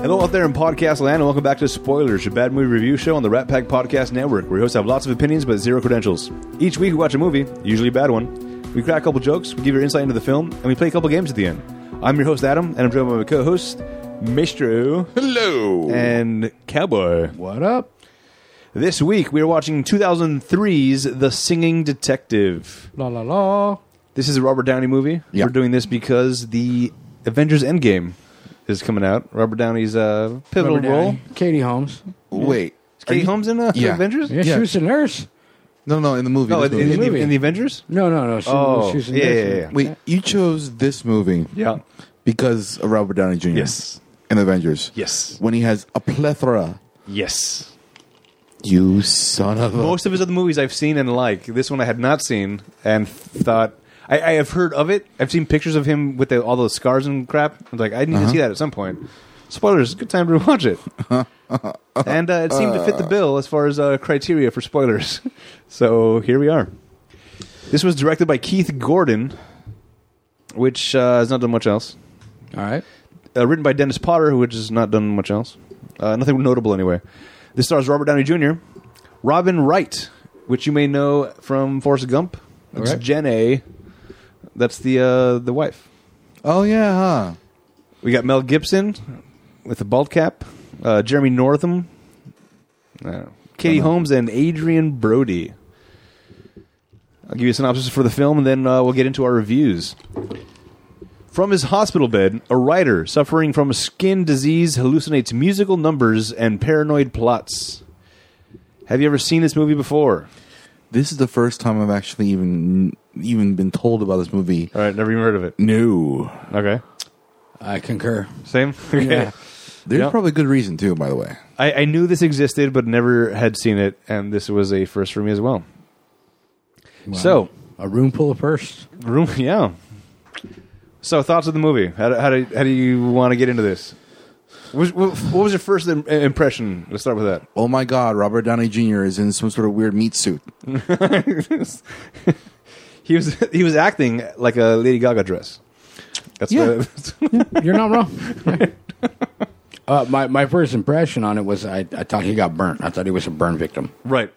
Hello out there in podcast land, and welcome back to Spoilers, your bad movie review show on the Rat Pack Podcast Network, where hosts have lots of opinions but zero credentials. Each week we watch a movie, usually a bad one. We crack a couple jokes, we give your insight into the film, and we play a couple games at the end. I'm your host Adam, and I'm joined by my co-host Mistro Hello. and Cowboy. What up? This week we are watching 2003's The Singing Detective. La la la. This is a Robert Downey movie. Yeah. We're doing this because the Avengers Endgame is coming out. Robert Downey's uh, pivotal Robert role. Downey. Katie Holmes. Wait. Is Katie Are you- Holmes in uh, Yeah. Avengers? Yeah, Yeah. she was a nurse. No, no, in the movie. No, this in, in, movie. in the, movie. in the Avengers? No, no, no. She, Oh, she was a yeah, nurse. yeah, yeah. Wait, you chose this movie Yeah. because of Robert Downey Jr. Yes. In Avengers. Yes. When he has a plethora. Yes. You son of a. Most of his other movies I've seen and like. This one I had not seen and thought I, I have heard of it. I've seen pictures of him with the, all those scars and crap. I was like, I need to see that at some point. Spoilers, good time to watch it. and uh, it seemed to fit the bill as far as uh, criteria for spoilers. so here we are. This was directed by Keith Gordon, which uh, has not done much else. All right. uh, written by Dennis Potter, which has not done much else. Uh, nothing notable anyway. This stars Robert Downey Jr., Robin Wright, which you may know from Forrest Gump. It's Alright. Jen A. That's the uh, the wife. oh, yeah, huh? We got Mel Gibson with the bald cap, uh, Jeremy Northam, uh, Katie Holmes, and Adrian Brody. I'll give you a synopsis for the film, and then uh, we'll get into our reviews. From his hospital bed, a writer suffering from a skin disease hallucinates musical numbers and paranoid plots. Have you ever seen this movie before? This is the first time I've actually even even been told about this movie. All right, never even heard of it. No. Okay, I concur. same. Okay. Yeah. There's Yeah. probably good reason, too, by the way. I, I knew this existed, but never had seen it, and this was a first for me as well. So, a room full of firsts. room, yeah. So, thoughts of the movie? How do, how do, how do you want to get into this? What was, what was your first im- uh, impression? Let's start with that. Oh, my God. Robert Downey Jr. is in some sort of weird meat suit. He was he was acting like a Lady Gaga dress. That's Yeah. what- You're not wrong. uh, my my first impression on it was I, I thought he got burnt. I thought he was a burn victim. right.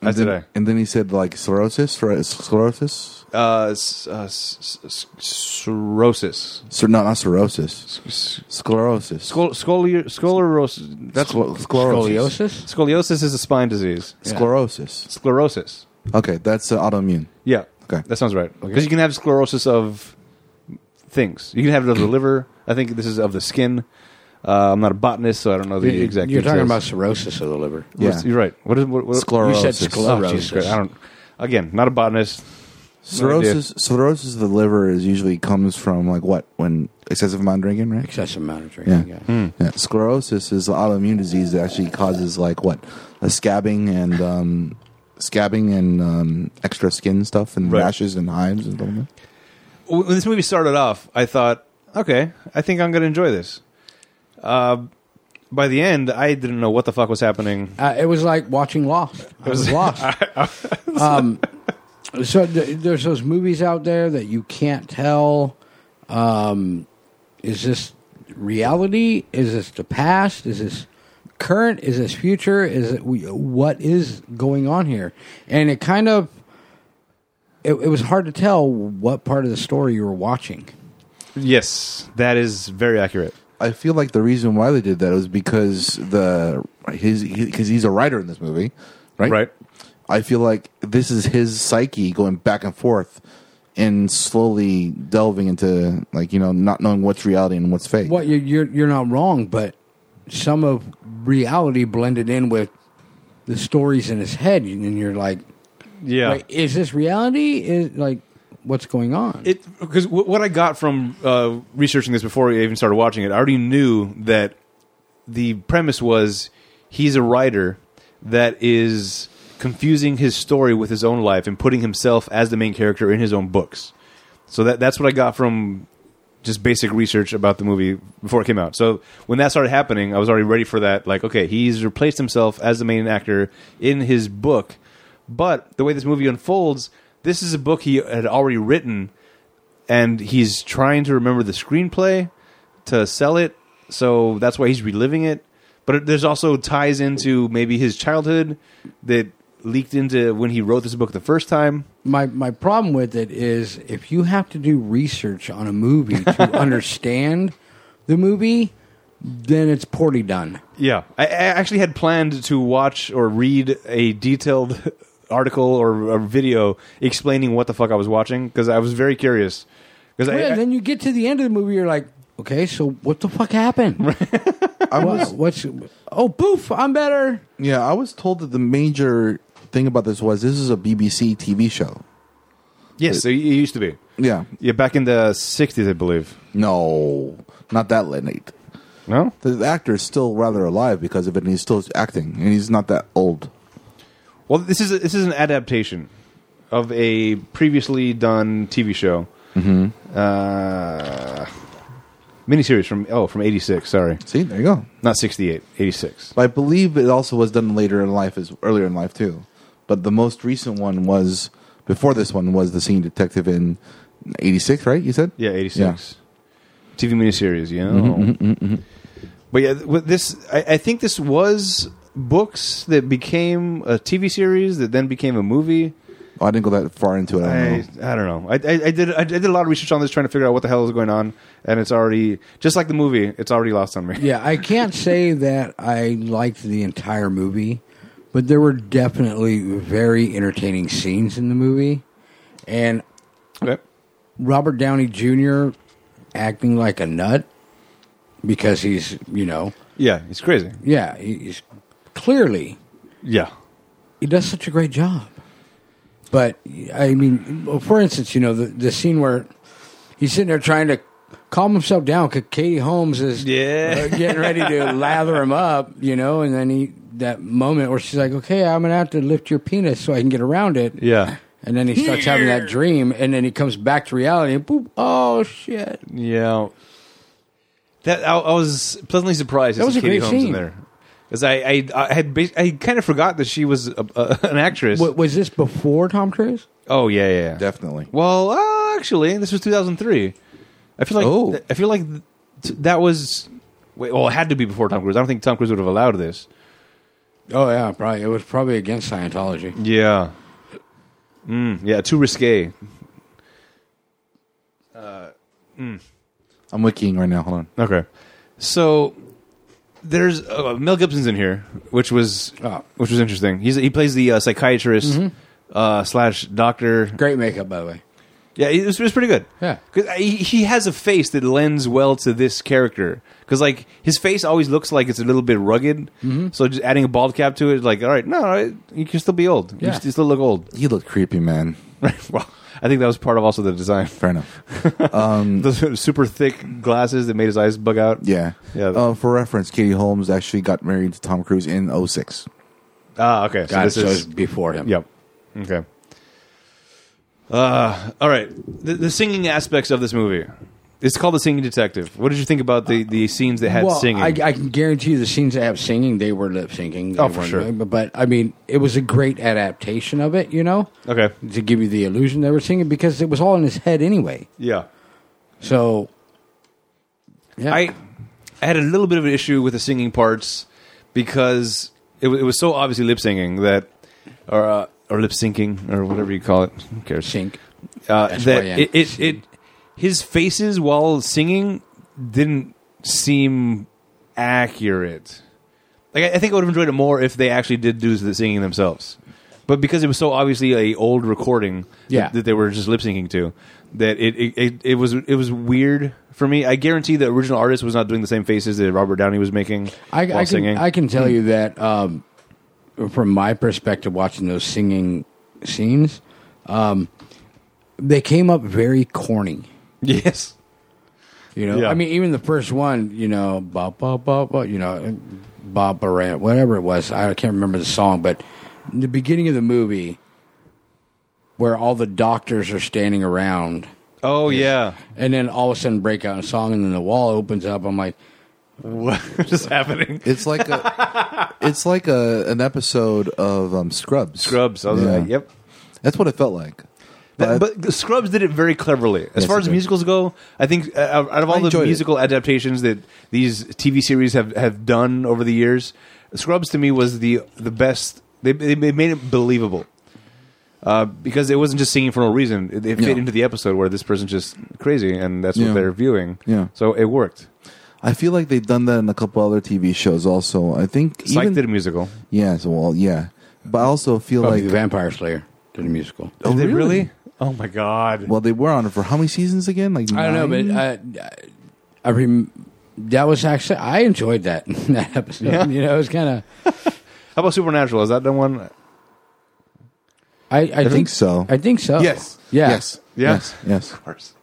As And did then, I. and then he said, like, sclerosis? right? Sclerosis? Uh, s- uh, s- s- cirrhosis. Sir, no, not cirrhosis. S- Sclerosis. Scol- scolier- sclerosis. That's Scler- sclerosis. Scoliosis. scoliosis is a spine disease. Sclerosis. Sclerosis. Okay, that's uh, autoimmune. Yeah. Okay. That sounds right. Because you can have sclerosis of things. You can have it of the liver. I think this is of the skin. Uh, I'm not a botanist, so I don't know the You- exact. You're talking about details. cirrhosis of the liver. Yeah. You're right. What is what? what Sclerosis. You said Oh, sclerosis. Jesus Christ. I don't. Again, not a botanist. Cirrhosis. Cirrhosis of the liver is usually comes from like what when excessive amount of drinking, right? Excessive amount of drinking. Yeah. Yeah. Yeah. Sclerosis is an autoimmune disease that actually causes like what a scabbing and um, scabbing and um, extra skin stuff and Right. rashes and hives and stuff. like that. when this movie started off, I thought, okay, I think I'm going to enjoy this. Uh, by the end, I didn't know what the fuck was happening. Uh, it was like watching Lost. I was lost. um, so th- there's those movies out there that you can't tell. Um, is this reality? Is this the past? Is this current? Is this future? Is it we- what is going on here? And it kind of it, it was hard to tell what part of the story you were watching. Yes, that is very accurate. I feel like the reason why they did that was because the his because he's a writer in this movie, right? Right. I feel like this is his psyche going back and forth and slowly delving into like you know not knowing what's reality and what's fake. Well, you're, you're you're not wrong, but some of reality blended in with the stories in his head, and you're like, Yeah. like, is this reality? Is like, what's going on? it because w- what I got from uh, researching this before I even started watching it, I already knew that the premise was he's a writer that is confusing his story with his own life and putting himself as the main character in his own books. So that that's what I got from just basic research about the movie before it came out. So when that started happening, I was already ready for that. Like, okay, he's replaced himself as the main actor in his book, but the way this movie unfolds, this is a book he had already written, and he's trying to remember the screenplay to sell it So that's why he's reliving it. But it- there's also ties into maybe his childhood that leaked into when he wrote this book the first time. my my problem with it is if you have to do research on a movie to understand the movie, then it's poorly done. Yeah, I, I actually had planned to watch or read a detailed article or a video explaining what the fuck I was watching because I was very curious. Because Yeah, then you get to the end of the movie, you're like, okay, so what the fuck happened? I was What- what's oh poof, I'm better. yeah, I was told that the major thing about this was this is a BBC TV show. yes, it, it used to be. Yeah, Yeah, back in the '60s, I believe. no, not that late. No, The, the actor is still rather alive because of it, and he's still acting, and he's not that old. Well, this is this is an adaptation of a previously done TV show, mm-hmm. uh, miniseries from oh from '86. Sorry, See, there you go. not '68, '86. But I believe it also was done later in life, as earlier in life too. But the most recent one was before this one was the senior detective in '86, right? You said, Yeah, '86 TV miniseries. You know, Mm-hmm, but yeah, th- with this I, I think this was books that became a TV series that then became a movie. Oh, I didn't go that far into it. I don't know. I, I don't know. I, I, I did I did a lot of research on this, trying to figure out what the hell is going on, and it's already just like the movie. It's already lost on me. Yeah, I can't say that I liked the entire movie, but there were definitely very entertaining scenes in the movie, and Okay. Robert Downey Jr. acting like a nut because he's, you know, Yeah, it's crazy. yeah, he- he's clearly Yeah. he does such a great job. But I mean, well, for instance, you know the the scene where he's sitting there trying to calm himself down because Katie Holmes is Yeah. uh, getting ready to lather him up, you know, and then he that moment where she's like, "Okay, I'm gonna have to lift your penis so I can get around it." Yeah. And then he starts having that dream, and then he comes back to reality. And boop! Oh shit! Yeah. That I, I was pleasantly surprised. That to was see a great Katie Holmes in scene. there. Because I, I, I had bas- I kind of forgot that she was a, a, an actress. What, was this before Tom Cruise? Oh yeah, yeah, yeah. Definitely. Well, uh, actually, this was 2003. I feel like Oh. I feel like th- that was wait, well, it had to be before Tom Cruise. I don't think Tom Cruise would have allowed this. Oh yeah, probably. It was probably against Scientology. Yeah. Mm, yeah, too risque. I'm wikiing right now. Hold on. Okay. So there's uh, Mel Gibson's in here, which was uh, Oh. which was interesting. He's he plays the uh, psychiatrist Mm-hmm. uh, slash doctor. Great makeup, by the way. Yeah, it was, it was pretty good. Yeah. 'Cause he, he has a face that lends well to this character. Because like his face always looks like it's a little bit rugged. Mm-hmm. So just adding a bald cap to it, like all right, no, all right, you can still be old. You Yeah. st- You still look old. You look creepy, man. Right. Well, I think that was part of also the design. Fair enough. Um, Those super thick glasses that made his eyes bug out. Yeah. Yeah. Uh, for reference, Katie Holmes actually got married to Tom Cruise in 06. Ah, okay. God, this so is- it's before him. Yep. Okay. Uh, all right. The, the singing aspects of this movie. It's called The Singing Detective. What did you think about the, the scenes that had well, singing? I, I can guarantee you the scenes that have singing, they were lip syncing. They Oh, for weren't- sure. But, but, I mean, it was a great adaptation of it, you know, okay. to give you the illusion they were singing because it was all in his head anyway. Yeah. So, yeah, I I had a little bit of an issue with the singing parts because it, wa- it was so obviously lip singing that, or uh, or lip syncing or whatever you call it. Who cares? sync. uh, That's that why I it, it, it sing. his faces while singing didn't seem accurate. Like I, I think I would have enjoyed it more if they actually did do the singing themselves. But because it was so obviously a old recording Yeah. that, that they were just lip syncing to, that it, it, it, it was it was weird for me. I guarantee the original artist was not doing the same faces that Robert Downey was making I, while I, singing. Hmm. can, I can tell you that um, from my perspective, watching those singing scenes, um, they came up very corny. yes. You know, Yeah. I mean, even the first one, you know, ba ba ba ba, you know, ba Barant, whatever it was, I can't remember the song, but in the beginning of the movie, where all the doctors are standing around, Oh yeah. and then all of a sudden break out a song, and then the wall opens up. I'm like, What is happening? It's like a, it's like a, an episode of um, Scrubs. Scrubs. I was Yeah. like, yep. That's what it felt like. That- but, Scrubs did it very cleverly. As Yes, far it as did. musicals go, I think uh, out out of all the enjoyed it. musical adaptations that these TV series have, have done over the years, Scrubs to me was the the best. They they they made it believable. Uh, because it wasn't just singing for no reason. It, it fit Yeah. into the episode where this person's just crazy and that's what Yeah. they're viewing. Yeah. So it worked. I feel like they've done that in a couple other TV shows also. I think Psych even did a musical. yeah, so, well, yeah. But I also feel Oh, like the Vampire Slayer did a musical. Oh, did they really? really? Oh my god. well, they were on it for how many seasons again? Like I don't know, nine? but I, I, I rem- that was actually I enjoyed that that episode. You know, it was kind of How about Supernatural? Is that the one? I, I, think, think so. I think so. yes, Yeah. yes, Yeah. yes, yes. Of course.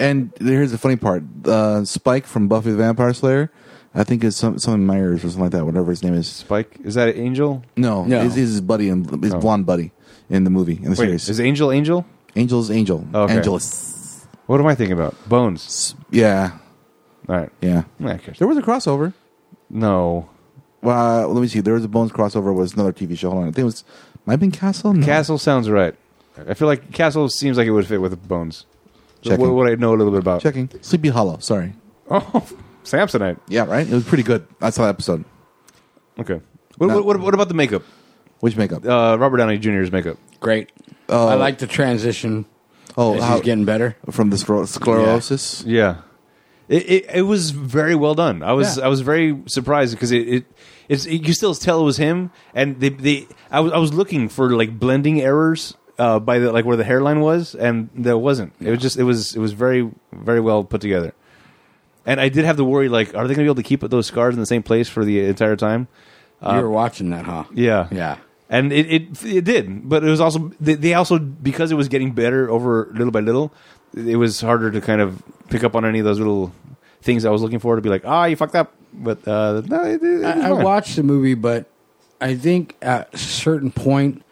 And here's the funny part: uh, Spike from Buffy the Vampire Slayer, I think is some some Myers or something like that, whatever his name is. Spike. Is that Angel? No, No. He's, he's his buddy and his Oh. blonde buddy in the movie in the Wait, series. is Angel Angel? Angel's Angel, Okay. Angelus. What am I thinking about? Bones. Yeah, All right. yeah. Yeah, okay. There was a crossover. No. Well, uh, let me see. There was a Bones crossover was another TV show. Hold on, I think it was might have been Castle. No. Castle sounds right. I feel like Castle seems like it would fit with Bones. Checking. What, what I know a little bit about. Checking Sleepy Hollow. Sorry. Oh, Samsonite. Yeah, right. It was pretty good. I saw that episode. Okay. What, No. what, what, what about the makeup? Which makeup? Uh, Robert Downey Jr.'s makeup. great. Oh. I like the transition. Oh, as how- he's getting better. from the scler- sclerosis. Yeah. It, it, it was very well done. I was Yeah. I was very surprised because it, it it's you could still tell it was him and they, they I was I was looking for like blending errors uh, by the like where the hairline was and there wasn't. It was just it was it was very very well put together. And I did have the worry like are they going to be able to keep those scars in the same place for the entire time? you were watching that, huh? Uh, Yeah, Yeah. And it, it it did, but it was also they, they also because it was getting better over little by little, it was harder to kind of pick up on any of those little things I was looking for to be like, ah, you fucked up. But uh, no, it, it, I, I watched the movie, but I think at a certain point,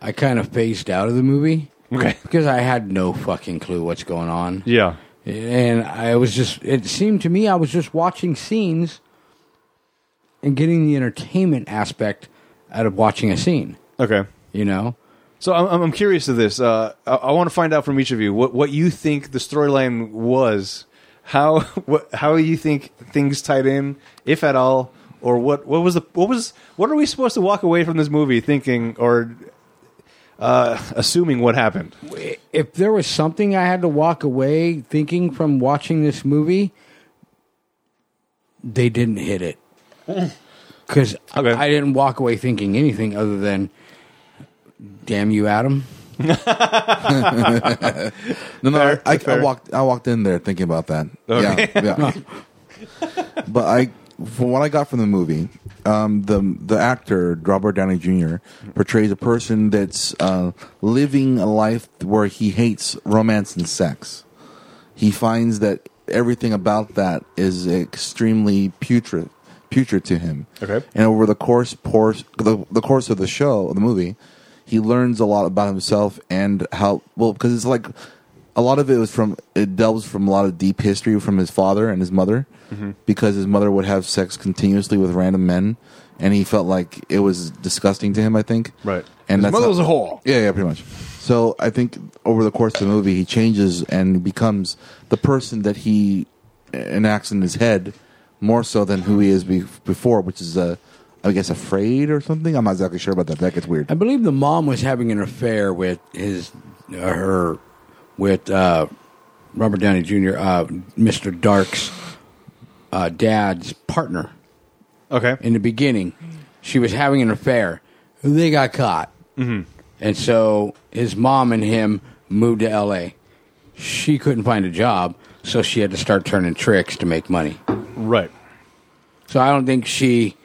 I kind of phased out of the movie Okay. because I had no fucking clue what's going on. Yeah, And I was just, it seemed to me I was just watching scenes and getting the entertainment aspect out of watching a scene, okay. you know? So I'm- I'm, I'm curious of this. Uh, I, I want to find out from each of you what, what you think the storyline was, how what, how you think things tied in, if at all, or what what was the what was what are we supposed to walk away from this movie thinking or uh, assuming what happened? If there was something I had to walk away thinking from watching this movie, they didn't hit it. Because Okay. I didn't walk away thinking anything other than, damn you, Adam. No, no, Fair, I, I, fair. I walked. I walked in there thinking about that. Okay. Yeah, yeah. but I, from what I got from the movie, um, the the actor Robert Downey Jr. portrays a person that's uh, living a life where he hates romance and sex. He finds that everything about that is extremely putrid, putrid to him. Okay. And over the course, course the, the course of the show, of the movie, he learns a lot about himself and how well because it's like a lot of it was from it delves from a lot of deep history from his father and his mother Mm-hmm. because his mother would have sex continuously with random men and he felt like it was disgusting to him. I think Right. And His that's mother how- was a whore. yeah, yeah, pretty much. So I think over the course of the movie, he changes and becomes the person that he enacts in his head more so than who he is be- before, which is, uh, I guess, afraid or something. I'm not exactly sure about that. That gets weird. I believe the mom was having an affair with his, uh, her, with uh, Robert Downey Jr., uh, Mr. Dark's uh, dad's partner. Okay. In the beginning, she was having an affair. They got caught, mm-hmm. and so his mom and him moved to L.A. She couldn't find a job, so she had to start turning tricks to make money. Right. So I don't think she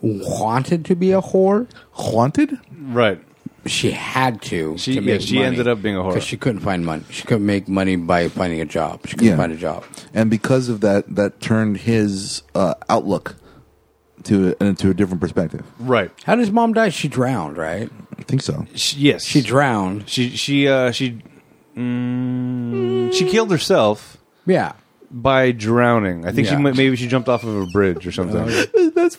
wanted to be a whore. Haunted? Right. she had to. She- to yeah, she ended up being a whore. because she couldn't find money. She couldn't make money by finding a job. She couldn't Yeah. find a job. And because of that, that turned his uh, outlook to into a different perspective. Right. How does mom die? She drowned, right? I think so. She, yes. She drowned. She she uh, she mm, she killed herself Yeah. by drowning. I think she Yeah. Oh, she maybe she jumped off of a bridge or something. That's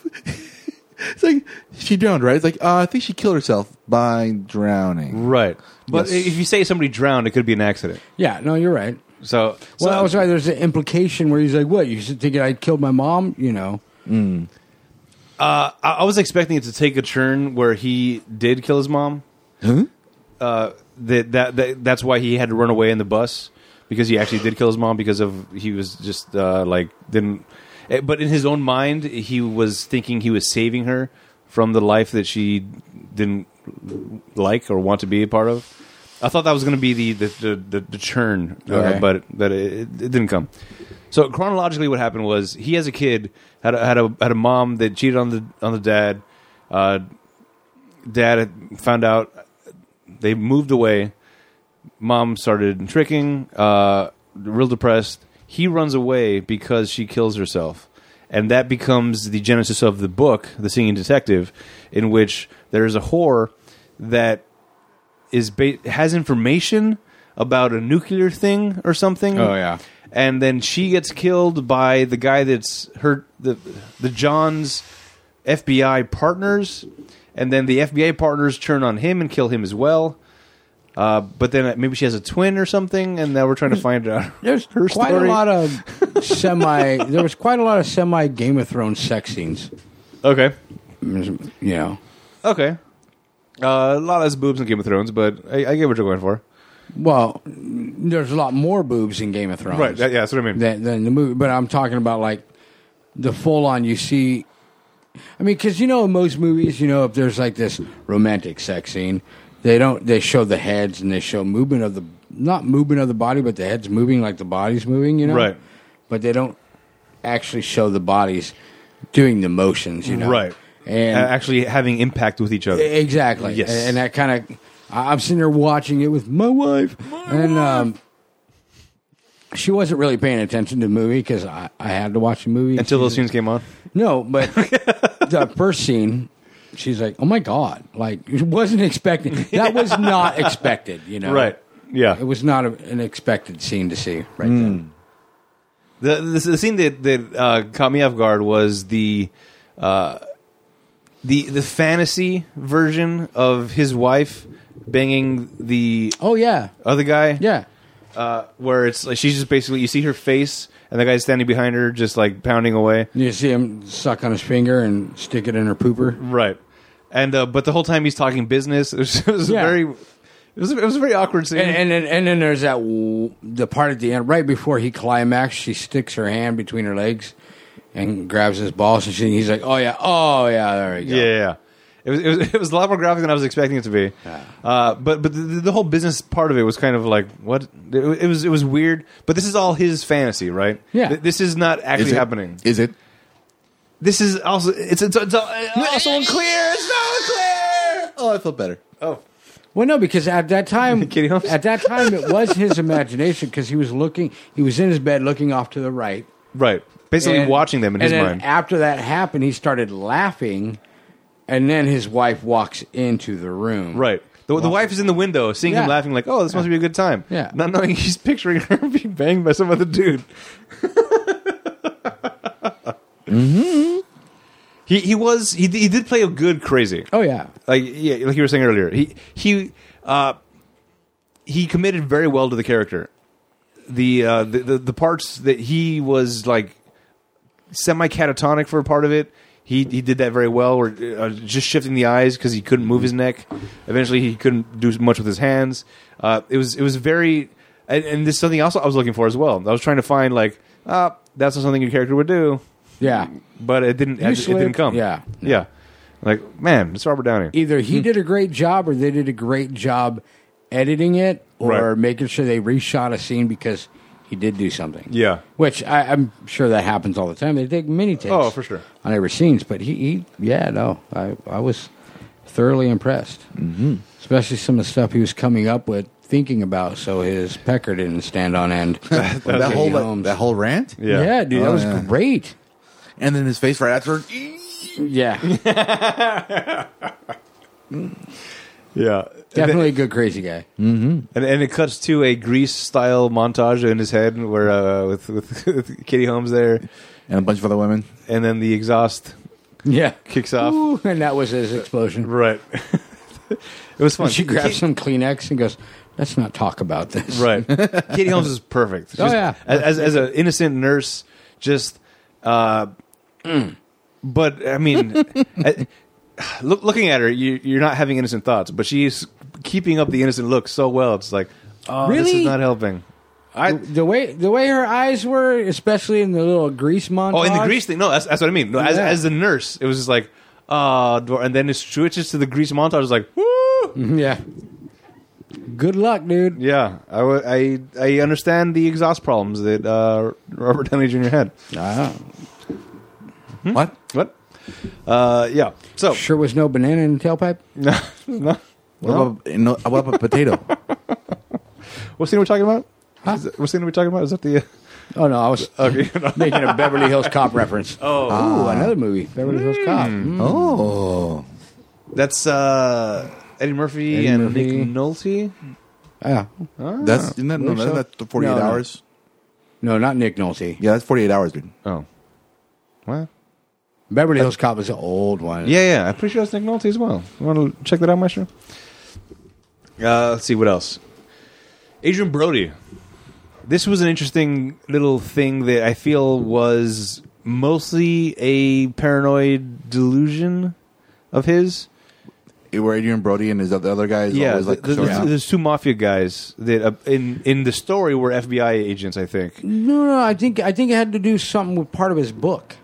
It's like she drowned, right? It's like uh, I think she killed herself by drowning. Right. But Yes. if you say somebody drowned, it could be an accident. Yeah, no, you're right. So, so Well, that was right. There's an implication where he's like, "What? You should think I killed my mom?" You know. uh, I, I was expecting it to take a turn where he did kill his mom. Uh, that, that that that's why he had to run away in the bus because he actually did kill his mom because of he was just uh, like didn't. eh, But in his own mind, he was thinking he was saving her from the life that she didn't like or want to be a part of. I thought that was going to be the the the, the, the churn, uh, Okay. but but it, it didn't come. So chronologically, what happened was he, as a kid, had a, had a had a mom that cheated on the on the dad. Uh, dad had found out they moved away. Mom started tricking, uh, real depressed. He runs away because she kills herself. And that becomes the genesis of the book, The Singing Detective, in which there is a whore that is ba- has information about a nuclear thing or something. Oh, yeah. And then she gets killed by the guy that's her the the John's FBI partners, and then the FBI partners turn on him and kill him as well. Uh, but then maybe she has a twin or something, and now we're trying to find out. There's her quite story. a lot of semi. there was quite a lot of semi Game of Thrones sex scenes. Okay, You know. okay. Uh, a lot less boobs in Game of Thrones, but I, I get what you're going for. Well, there's a lot more boobs in Game of Thrones. Right? Yeah, that's what I mean. than, than the movie. But I'm talking about like the full on. You see, I mean, because you know in most movies, you know, if there's like this romantic sex scene, they don't they show the heads and they show movement of the not movement of the body, but the heads moving like the body's moving. You know, Right. But they don't actually show the bodies doing the motions. You know, Right. And Uh, actually, having impact with each other. E-, Exactly. Yes. And, and that kind of, I'm sitting there watching it with my wife, and um, she wasn't really paying attention to the movie because I, I had to watch the movie Until those scenes came on. No, but the first scene, she's like, "Oh my god!" Like wasn't expecting. That was not expected. You know, Yeah. It was not a, an expected scene to see right Hmm. then. The, the, the scene that that uh, caught me off guard was the uh, the the fantasy version of his wife banging the Oh yeah, other guy. yeah. Uh, where it's like she's just basically you see her face and the guy's standing behind her just like pounding away. You see him suck on his finger and stick it in her pooper. Right. And uh, but the whole time he's talking business. It was, it was Yeah. very. It was, a, it was a very awkward scene. And, and then and then there's that w- the part at the end right before he climax, she sticks her hand between her legs and grabs his balls, and she, he's like, "Oh yeah, oh yeah, there we go." Yeah, yeah, yeah. It was, it was it was a lot more graphic than I was expecting it to be. Uh, but but the, the whole business part of it was kind of like what it, it was it was weird. But this is all his fantasy, right? Yeah. Th- this is not actually it? happening. Is it? This is also it's it's, it's, al- it's also unclear. It's not unclear. Oh, I feel better. Well, no, because at that time, Kitty humps? at that time, it was his imagination because he was looking, he was in his bed looking off to the right, Right. Basically, And- watching them in and his then mind. After that happened, he started laughing, and then his wife walks into the room. right. The, the wife is in the window, seeing Yeah. him laughing, like, "Oh, this must be a good time." Yeah. Not knowing he's picturing her being banged by some other dude. Mm-hmm. He he was he he did play a good crazy. Oh yeah. like yeah, like you were saying earlier, he he uh, he committed very well to the character. The, uh, the the the parts that he was like semi catatonic for a part of it, he he did that very well. Or uh, just shifting the eyes because he couldn't move his neck. Eventually, he couldn't do much with his hands. Uh, it was it was very and, and this is something else I was looking for as well. I was trying to find like ah that's not something your character would do, Yeah. but it didn't it, it didn't slipped. come. Yeah. yeah. Like man, it's Robert Downey. either he did a great job or they did a great job editing it or Right. making sure they reshot a scene because he did do something. Yeah. Which I, I'm sure that happens all the time. They take many takes. Oh, for sure. On every scenes, but he, he yeah, no, I, I was thoroughly impressed, mm-hmm. especially some of the stuff he was coming up with, thinking about, so his pecker didn't stand on end. that that whole like, that whole rant, yeah. dude, that Oh, was yeah. great. and then his face right after. Yeah, Yeah, definitely a good crazy guy. And, and it cuts to a Grease style montage in his head, where uh, with, with with Kitty Holmes there, And a bunch of other women. and then the exhaust Yeah. kicks off. Ooh, and that was his explosion. Right. it was fun. She grabs Kate- some Kleenex and goes, let's not talk about this. Right. Katie Holmes is perfect. Oh, Just yeah. As, as, as an innocent nurse, just. Uh, Mm. But, I mean, I- look, looking at her, you, you're not having innocent thoughts, but she's keeping up the innocent look so well. It's like, oh, this is Really? not helping. I. The way the way her eyes were, especially in the little grease montage. Oh, in the grease thing. No, that's, that's what I mean. No, as, Yeah. as the nurse, it was just like, uh, and then it switches to the grease montage. It's like, woo! Mm-hmm, Yeah. Good luck, dude. Yeah, I, w- I, I understand the exhaust problems that uh, Robert Downey Jr. had. Ah, Hmm? What? What? Uh, yeah. So sure was no banana in the tailpipe. no, no. What about, no, what about potato? Hmm. What scene are we talking about? Huh? Is that- what scene are we talking about? Is that the? Uh, Oh no, I was okay. making a Beverly Hills Cop reference. oh, Ooh, another movie, Beverly Hills Cop. Hmm. Mm. Oh. that's uh, Eddie Murphy Eddie and Murphy. Nick Nolte. Yeah. Ah. That's isn't that, no, Believe so. that's not the 48 No, no. hours. No, not Nick Nolte. Yeah, that's 48 hours, dude. Oh, what? Beverly Hills Cop is an old one. Yeah, yeah. I'm pretty sure that's Nick Nolte as well. You want to check that out, Maestro? Uh, let's see what else. Adrian Brody. This was an interesting little thing that I feel was mostly a paranoid delusion of his. It- Where Adrian Brody and his other, the other guys yeah, always like th- showing there's, up. there's two mafia guys that uh, in in the story were FBI agents, I think. No, no, I think I think it had to do something with part of his book.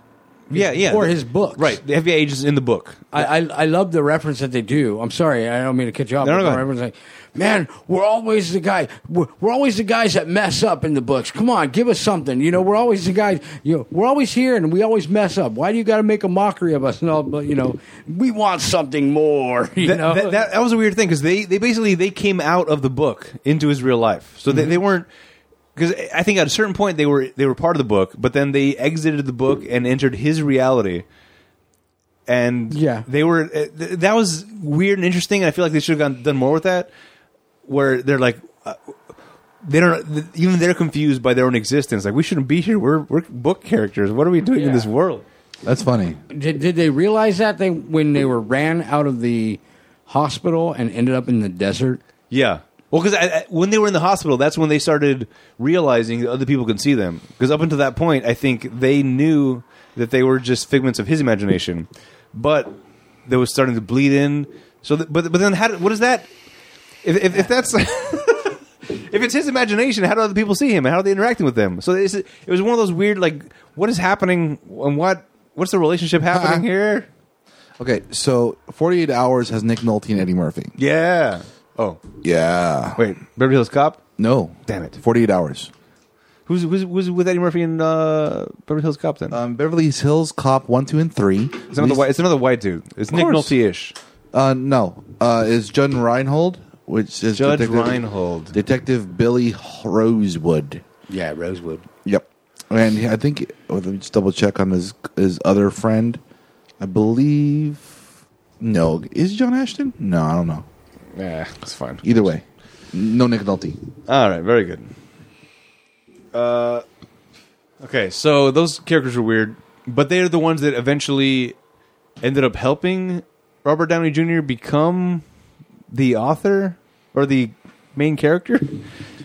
Yeah, yeah, Or the- his books. Right, the FBI agents in the book. I, I I love the reference that they do. I'm sorry, I don't mean to cut you off. No, no, but go the ahead. reference, like, man, we're always the guy. We're, we're always the guys that mess up in the books. Come on, give us something. You know, we're always the guys. You know, we're always here and we always mess up. Why do you got to make a mockery of us? And all, but you know, we want something more. You That, know, that, that, that was a weird thing because they, they basically they came out of the book into his real life, so Mm-hmm. they, they weren't because I think at a certain point they were they were part of the book, but then they exited the book and entered his reality, and Yeah. they were uh, th- that was weird and interesting. And I feel like they should have gone, done more with that, where they're like. Uh, they don't th- even they're confused by their own existence. Like we shouldn't be here. We're we're book characters. What are we doing in Yeah. this world? that's funny. did, did they realize that they when they were ran out of the hospital and ended up in the desert? Yeah. Well, because when they were in the hospital, that's when they started realizing that other people could see them. Because up until that point, I think they knew that they were just figments of his imagination, but they were starting to bleed in. So, th- but but then how? do- What is that? If if, if that's if it's his imagination, how do other people see him? And how are they interacting with them? So it's, it was one of those weird like, what is happening and what what's the relationship happening here? Okay, so 48 hours has Nick Nolte and Eddie Murphy. Yeah. Oh Yeah. wait, Beverly Hills Cop. No. Damn it. 48 hours. Who's who's who's with Eddie Murphy in uh, Beverly Hills Cop? Then Um, Beverly Hills Cop 1, 2, and 3. it's another white. It's another white dude. It's Nick course. Nolte-ish. Uh, no. Uh, is Judge Reinhold, which is Judge Reinhold. Detective Billy Rosewood. Yeah, Rosewood. Yep. And I think oh, let me just double check on his his other friend. I believe no, is John Ashton? No, I don't know. Yeah, it's fine. Either way, no Nick Nolte. All right, very good. Uh, okay, so those characters were weird, but they're the ones that eventually ended up helping Robert Downey Jr. become the author or the main character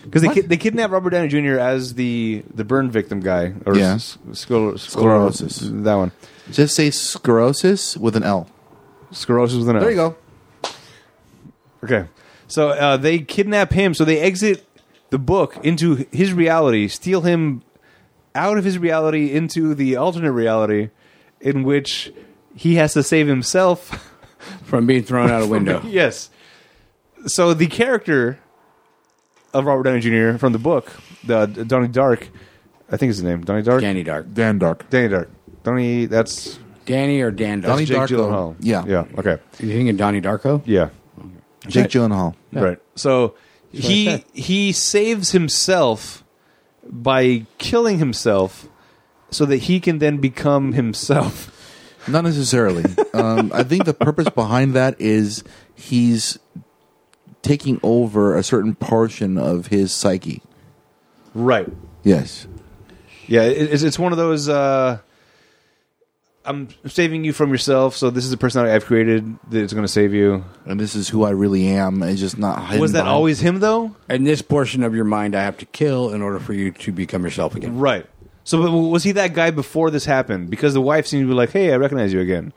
because they ki- they kidnapped Robert Downey Jr. as the the burn victim guy or Yeah. s- scler- Sclerosis. scler- that one Just say sclerosis with an L. sclerosis with an L. There you go. Okay. So uh, they kidnap him. So they exit the book into his reality, steal him out of his reality into the alternate reality in which he has to save himself. From being thrown out a window. yes. So the character of Robert Downey Jr. from the book, the Donnie Dark, I think is his name, Donnie Dark. Danny Dark. Dan Dark. Donnie Dark. Donnie. That's Danny or Dan Dark? Donnie Jake Darko. Gyllenhaal. Yeah. Yeah. Okay. You think of Donnie Darko? Yeah. Jake Gyllenhaal. Right. So I he said. he saves himself by killing himself so that he can then become himself. Not necessarily. um, I think the purpose behind that is he's taking over a certain portion of his psyche. Right. Yes. Yeah, it, it's it's one of those uh I'm saving you from yourself. So this is the personality I've created that's going to save you. and this is who I really am. It's just not. hidden Was that behind- always him though? And this portion of your mind I have to kill in order for you to become yourself again. Right. So but was he that guy before this happened? Because the wife seemed to be like, "Hey, I recognize you again."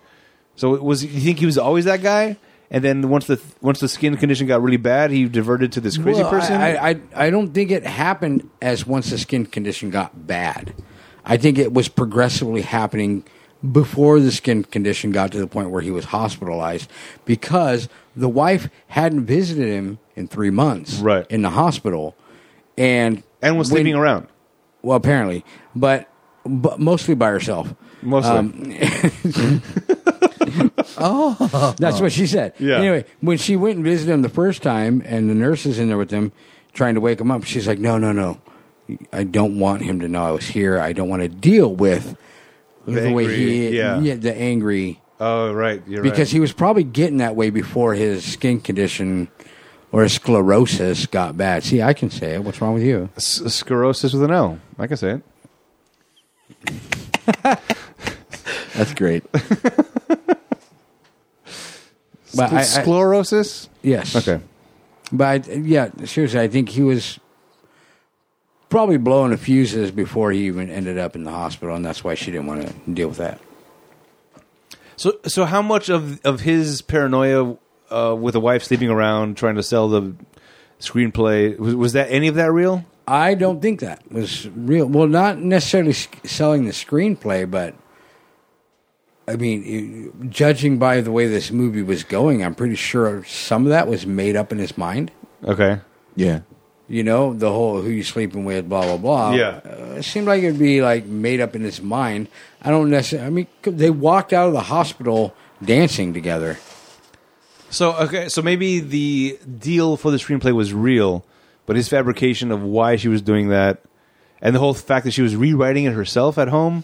So it was you think he was always that guy? And then once the once the skin condition got really bad, he diverted to this crazy Well, I- person. I, I I don't think it happened as once the skin condition got bad. I think it was progressively happening before the skin condition got to the point where he was hospitalized because the wife hadn't visited him in three months Right. in the hospital and and was when- sleeping around well apparently but, but mostly by herself Um, mostly. That's what she said. Oh. Yeah. Anyway, when she went and visited him the first time, and the nurse is in there with him, trying to wake him up, she's like, "No, no, no, I don't want him to know I was here. I don't want to deal with the, way angry- he, yeah. the angry, oh right, you're because he was probably getting that way before his skin condition or his sclerosis got bad. See, I can say it. What's wrong with you? right. S- sclerosis with an L. I can say it. That's great. But I- I- sclerosis. Yes. okay. But I, yeah, seriously, I think he was probably blowing the fuses before he even ended up in the hospital, and that's why she didn't want to deal with that. So so how much of of his paranoia uh, with a wife sleeping around trying to sell the screenplay was, was that any of that real? I don't think that was real. Well, not necessarily s- selling the screenplay, but I mean, i- judging by the way this movie was going, I'm pretty sure some of that was made up in his mind. Okay. Yeah. You know, the whole who you sleeping with, blah blah blah. Yeah. uh, it seemed like it'd be like made up in his mind. I don't necessarily. I mean, c- they walked out of the hospital dancing together. So okay, so maybe the deal for the screenplay was real, but his fabrication of why she was doing that, and the whole fact that she was rewriting it herself at home.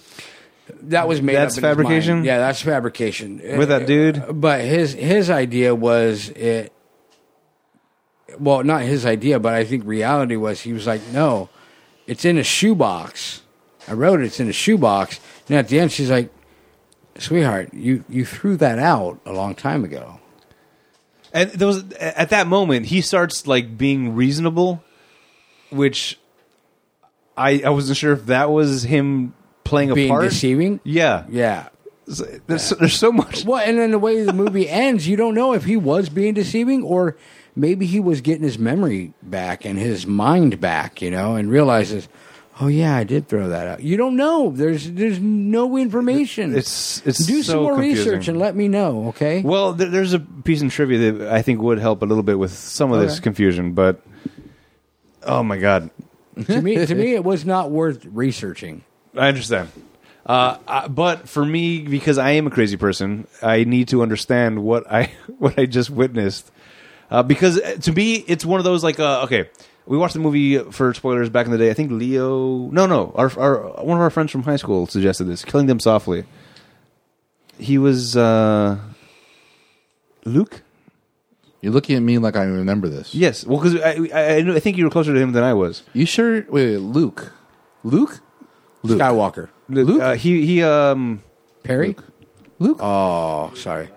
That was made. That's up in his mind. fabrication? Yeah, that's fabrication Uh, With that dude? But his his idea was it. Well, not his idea, but I think reality was he was like, no, it's in a shoebox. I wrote it. It's in a shoebox. And at the end, she's like, sweetheart, you you threw that out a long time ago. And there was at that moment he starts like being reasonable, which I I wasn't sure if that was him playing a Being part. deceiving. Yeah, Yeah. So, There's, so- there's so much. Well, and then the way the movie ends, you don't know if he was being deceiving or maybe he was getting his memory back and his mind back, you know, and realizes, oh yeah, I did throw that out. You don't know. There's there's no information. It's it's do so some more confusing. research and let me know, okay? Well, there, there's a piece in trivia that I think would help a little bit with some of this Okay. confusion, but oh my god, to me, to me, it was not worth researching. I understand. Uh, I, but for me, because I am a crazy person, I need to understand what I what I just witnessed. Uh, because uh, to me, it's one of those like, uh, okay, we watched the movie uh, for spoilers back in the day. I think Leo, no, no, our, our one of our friends from high school suggested this, killing them softly. He was uh, Luke. You're looking at me like I remember this. Yes, well, because I, I, I knew- I think you were closer to him than I was. You sure? Wait, wait, Luke. Luke? Luke. Skywalker, Luke? Uh, he he um Perry. Luke? Oh, sorry.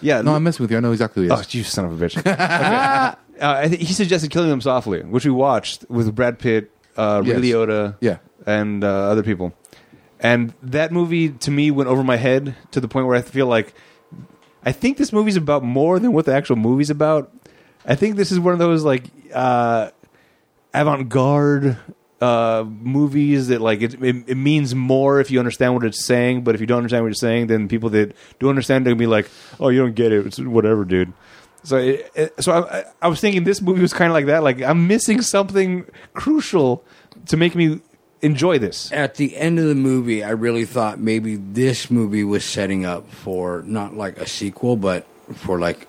yeah. no, I'm messing with you. I know exactly who he Oh, is. you son of a bitch. Okay. uh, I th- he suggested Killing Them Softly, which we watched with Brad Pitt, uh, Ray Yes. Liotta, Yeah. and uh, other people. And that movie, to me, went over my head to the point where I feel like I think this movie's about more than what the actual movie's about. I think this is one of those, like, uh, avant garde uh, movies that like it, it, it means more if you understand what it's saying. But if you don't understand what it's saying, then people that do understand are gonna be like, "Oh, you don't get it. It's whatever, dude." So, it, it- so I, I- I was thinking this movie was kind of like that. Like I'm missing something crucial to make me enjoy this. at the end of the movie, I really thought maybe this movie was setting up for not like a sequel, but for like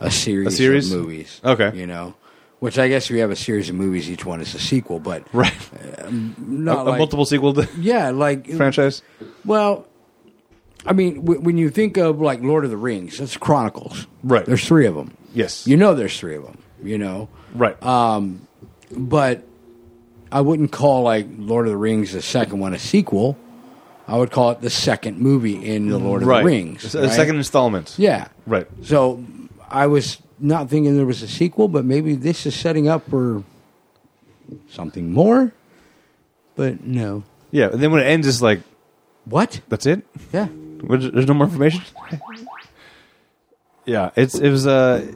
a series, A series? of movies. Okay. you know, which I guess if you have a series of movies, each one is a sequel, but Right, a, not a like, Uh, multiple sequel to Yeah, like franchise. Well, I mean, w- when you think of like Lord of the Rings, that's Chronicles, Right. There's three of them. Yes, You know, there's three of them. You know, right. but I wouldn't call like Lord of the Rings the second one a sequel. I would call it the second movie in the Lord of right. the Rings. A- a right? second installment. yeah. Right. So I was not thinking there was a sequel, but maybe this is setting up for something more. But no, Yeah. And then when it ends, it's like what? that's it. Yeah, There's there's no more information. yeah. It's it was uh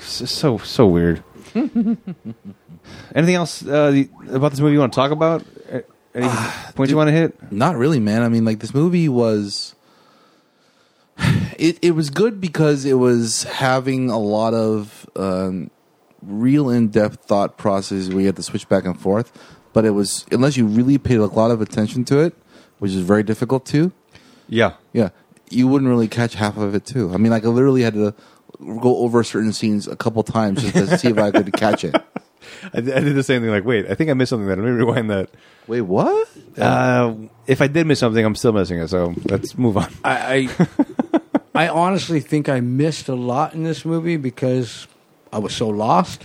s- so so weird. Anything else uh, the- about this movie you want to talk about? Uh, Any points you want to hit? Not really, man. I mean, like this movie was. It it was good because it was having a lot of um, real in depth thought processes where you had to switch back and forth, but it was unless you really paid a lot of attention to it, which is very difficult to. Yeah. Yeah, you wouldn't really catch half of it too. I mean, like I literally had to go over certain scenes a couple times just to see if I could catch it. I, did- I did the same thing. Like, wait, I think I missed something. That let me rewind that. Wait, what? Uh, if I did miss something, I'm still missing it. So let's move on. I I, I honestly think I missed a lot in this movie because I was so lost.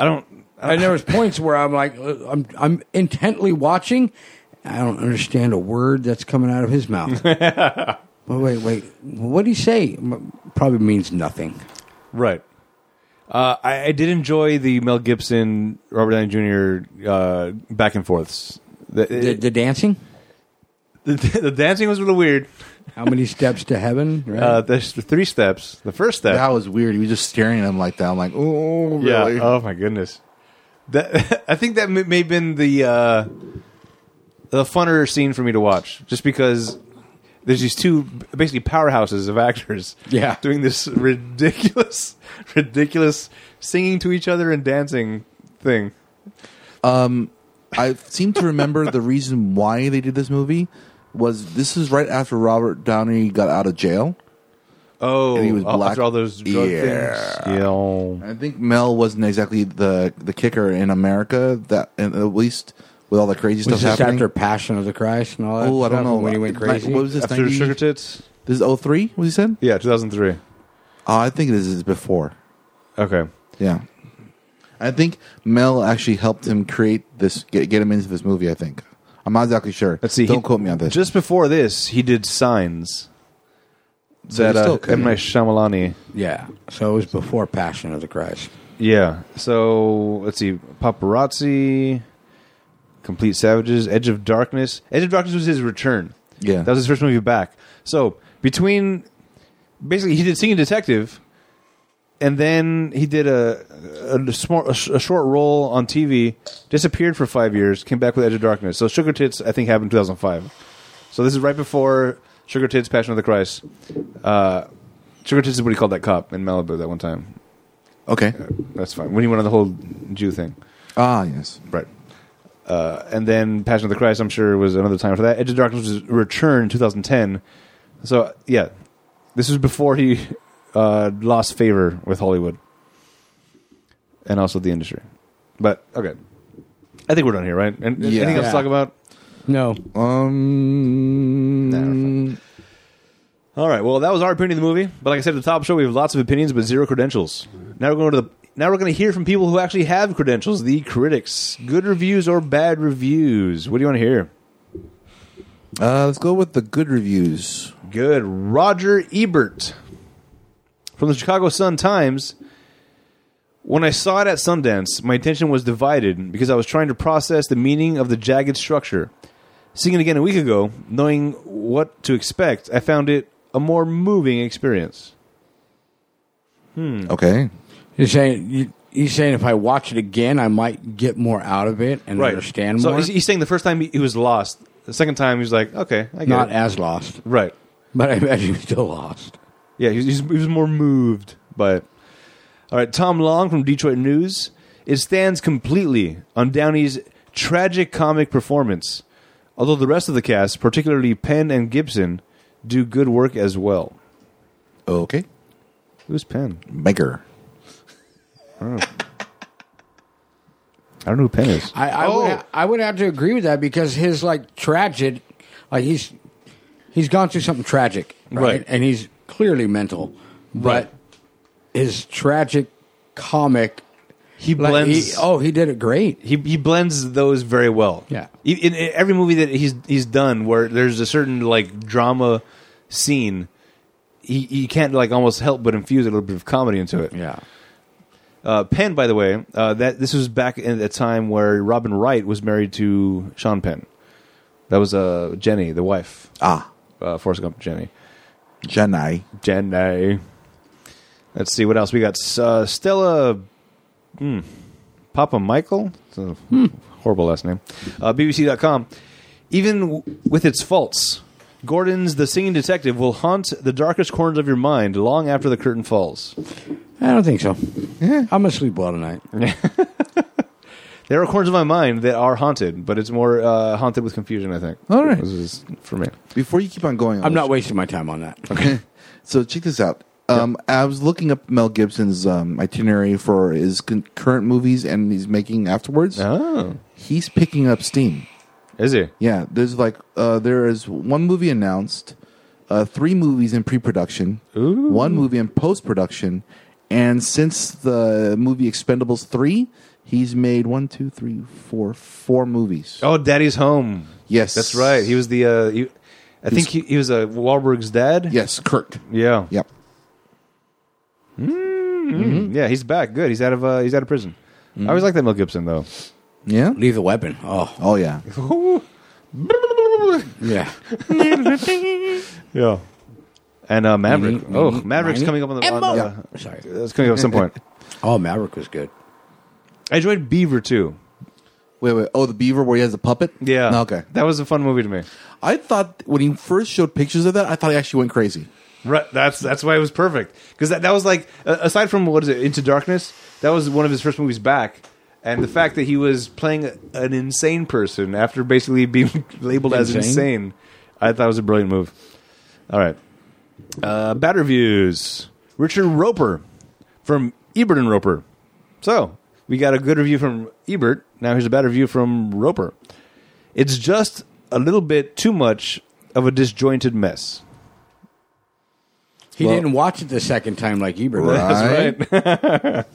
I don't. And there was points where I'm like, uh, I'm I'm intently watching. I don't understand a word that's coming out of his mouth. well, wait, wait. What did he say? M- Probably means nothing. Right. Uh, I, I did enjoy the Mel Gibson, Robert Downey Jr. Uh, back and forths. The, The, the dancing. the, the dancing was a little weird. How many steps to heaven? Right? Uh, there's the three steps. The first step. That was weird. He was just staring at him like that. I'm like, oh, really? Yeah. Oh my goodness. That I think that may, may have been the uh, the funner scene for me to watch, just because there's these two basically powerhouses of actors. Yeah. Doing this ridiculous, ridiculous singing to each other and dancing thing. I seem to remember the reason why they did this movie was this is right after Robert Downey got out of jail. Oh, And he was uh, black. after all those drug Yeah. things. Yeah. I think Mel wasn't exactly the the kicker in America that, and at least with all the crazy was stuff this happening. after Passion of the Christ and all that? oh, I don't stuff know when he went Like, crazy. what was this? After 90, Sugar Tits. this is 03, What he said? Yeah, 2003. Oh, I think this is before. Okay. Yeah, I think Mel actually helped him create this, get, get him into this movie. I think I'm not exactly sure. Let's see. Don't he- quote me on this. Just before this, he did signs. So that he still uh, could. M Night Shyamalani. yeah. So it was before Passion of the Christ. Yeah. So let's see, paparazzi, complete savages, Edge of Darkness. Edge of Darkness was his return. Yeah. that was his first movie back. So between, basically, he did Singing Detective, and then he did a a, small, a, sh- a short role on TV. Disappeared for five years. Came back with Edge of Darkness. So Sugar Tits, I think, happened in two thousand five. So this is right before Sugar Tits, Passion of the Christ. Uh, Sugar Tits is what he called that cop in Malibu that one time. okay. That's fine. When he went on the whole Jew thing. Ah, yes. Right. Uh, and then Passion of the Christ, I'm sure, was another time for that. Edge of Darkness was Return in 2010. So, yeah, this was before he uh, lost favor with Hollywood and also the industry. But, okay. I think we're done here, right? And, Yeah. Anything else to Yeah. talk about? No. Mm. Um, Nah, we're All right. Well, that was our opinion of the movie. But like I said at the top of the show, we have lots of opinions, but zero credentials. Now we're going to the. Now we're going to hear from people who actually have credentials, the critics. Good reviews or bad reviews? What do you want to hear? Uh, let's go with the good reviews. Good. Roger Ebert from the Chicago Sun Times. When I saw it at Sundance, my attention was divided because I was trying to process the meaning of the jagged structure. Seeing it again a week ago, knowing what to expect, I found it a more moving experience. Hmm. Okay. He's saying you, he's saying if I watch it again, I might get more out of it and understand so more. he's, he's saying the first time he, he was lost. The second time he was like, okay, I get Not it. as lost, right. but I imagine he's still lost. Yeah, he was, he was- he was more moved by it. All right, Tom Long from Detroit News. It stands completely on Downey's tragic comic performance, although the rest of the cast, particularly Penn and Gibson, do good work as well. Okay. Who's Penn? Maker. I don't know who Penn is. I I, would, ha- I would have to agree with that because his like tragic, like he's he's gone through something tragic, right? Right. And he's clearly mental, but his tragic comic He Like, blends. he- oh, he did it great. he he blends those very well. Yeah. E- In, in every movie that he's he's done, where there's a certain like drama scene, he you can't like almost help but infuse a little bit of comedy into it. Yeah. Uh, Penn, by the way, uh, that this was back in a time where Robin Wright was married to Sean Penn. That was uh, Jenny, the wife, Ah, uh, Forrest Gump Jenny. Janai. Jenny. Let's see what else we got. S- Uh, Stella, hmm, Papa Michael. It's a horrible last name. Uh, BBC.com. Even w- with its faults, Gordon's The Singing Detective will haunt the darkest corners of your mind long after the curtain falls. I don't think so. I'm gonna sleep well tonight. There are corners of my mind that are haunted, but it's more uh, haunted with confusion. I think. All right. This is for me. Before you keep on going, I'm I'll- not wasting my time on that. so check this out. Um, I was looking up Mel Gibson's um, itinerary for his con- current movies and he's making afterwards. Oh, He's picking up steam. is he? Yeah, there's like uh, there is one movie announced, uh, three movies in pre-production, one movie in post-production, and since the movie Expendables three, he's made one, two, three, four, four movies. Oh, Daddy's home. Yes, That's right. He was the. Uh, he, I think he, he was uh, Wahlberg's dad. yes, Kurt. Yeah. Yep. Mm, Yeah, he's back. Good. He's out of uh, he's out of prison. I always like that Mel Gibson though. Yeah. Leave the weapon. Oh, Oh yeah. yeah. yeah. And uh, Maverick. Mhm, mhm, oh, Maverick's mhm. coming up on the. On, Yeah. uh, Sorry. It's coming up at some point. Oh, Maverick was good. I enjoyed Beaver too. Wait, wait. Oh, the beaver where he has the puppet. Yeah. No, okay. That was a fun movie to me. I thought when he first showed pictures of that, I thought he actually went crazy. Right. That's that's why it was perfect because that, that was like a- aside from what is it Into Darkness that was one of his first movies back. And the fact that he was playing an insane person after basically being labeled as Insane? insane, I thought was a brilliant move. All right, uh, bad reviews. Richard Roper from Ebert and Roper. So we got a good review from Ebert. Now here's a bad review from Roper. It's just a little bit too much of a disjointed mess. He Well- didn't watch it the second time like Ebert. Right. That's right.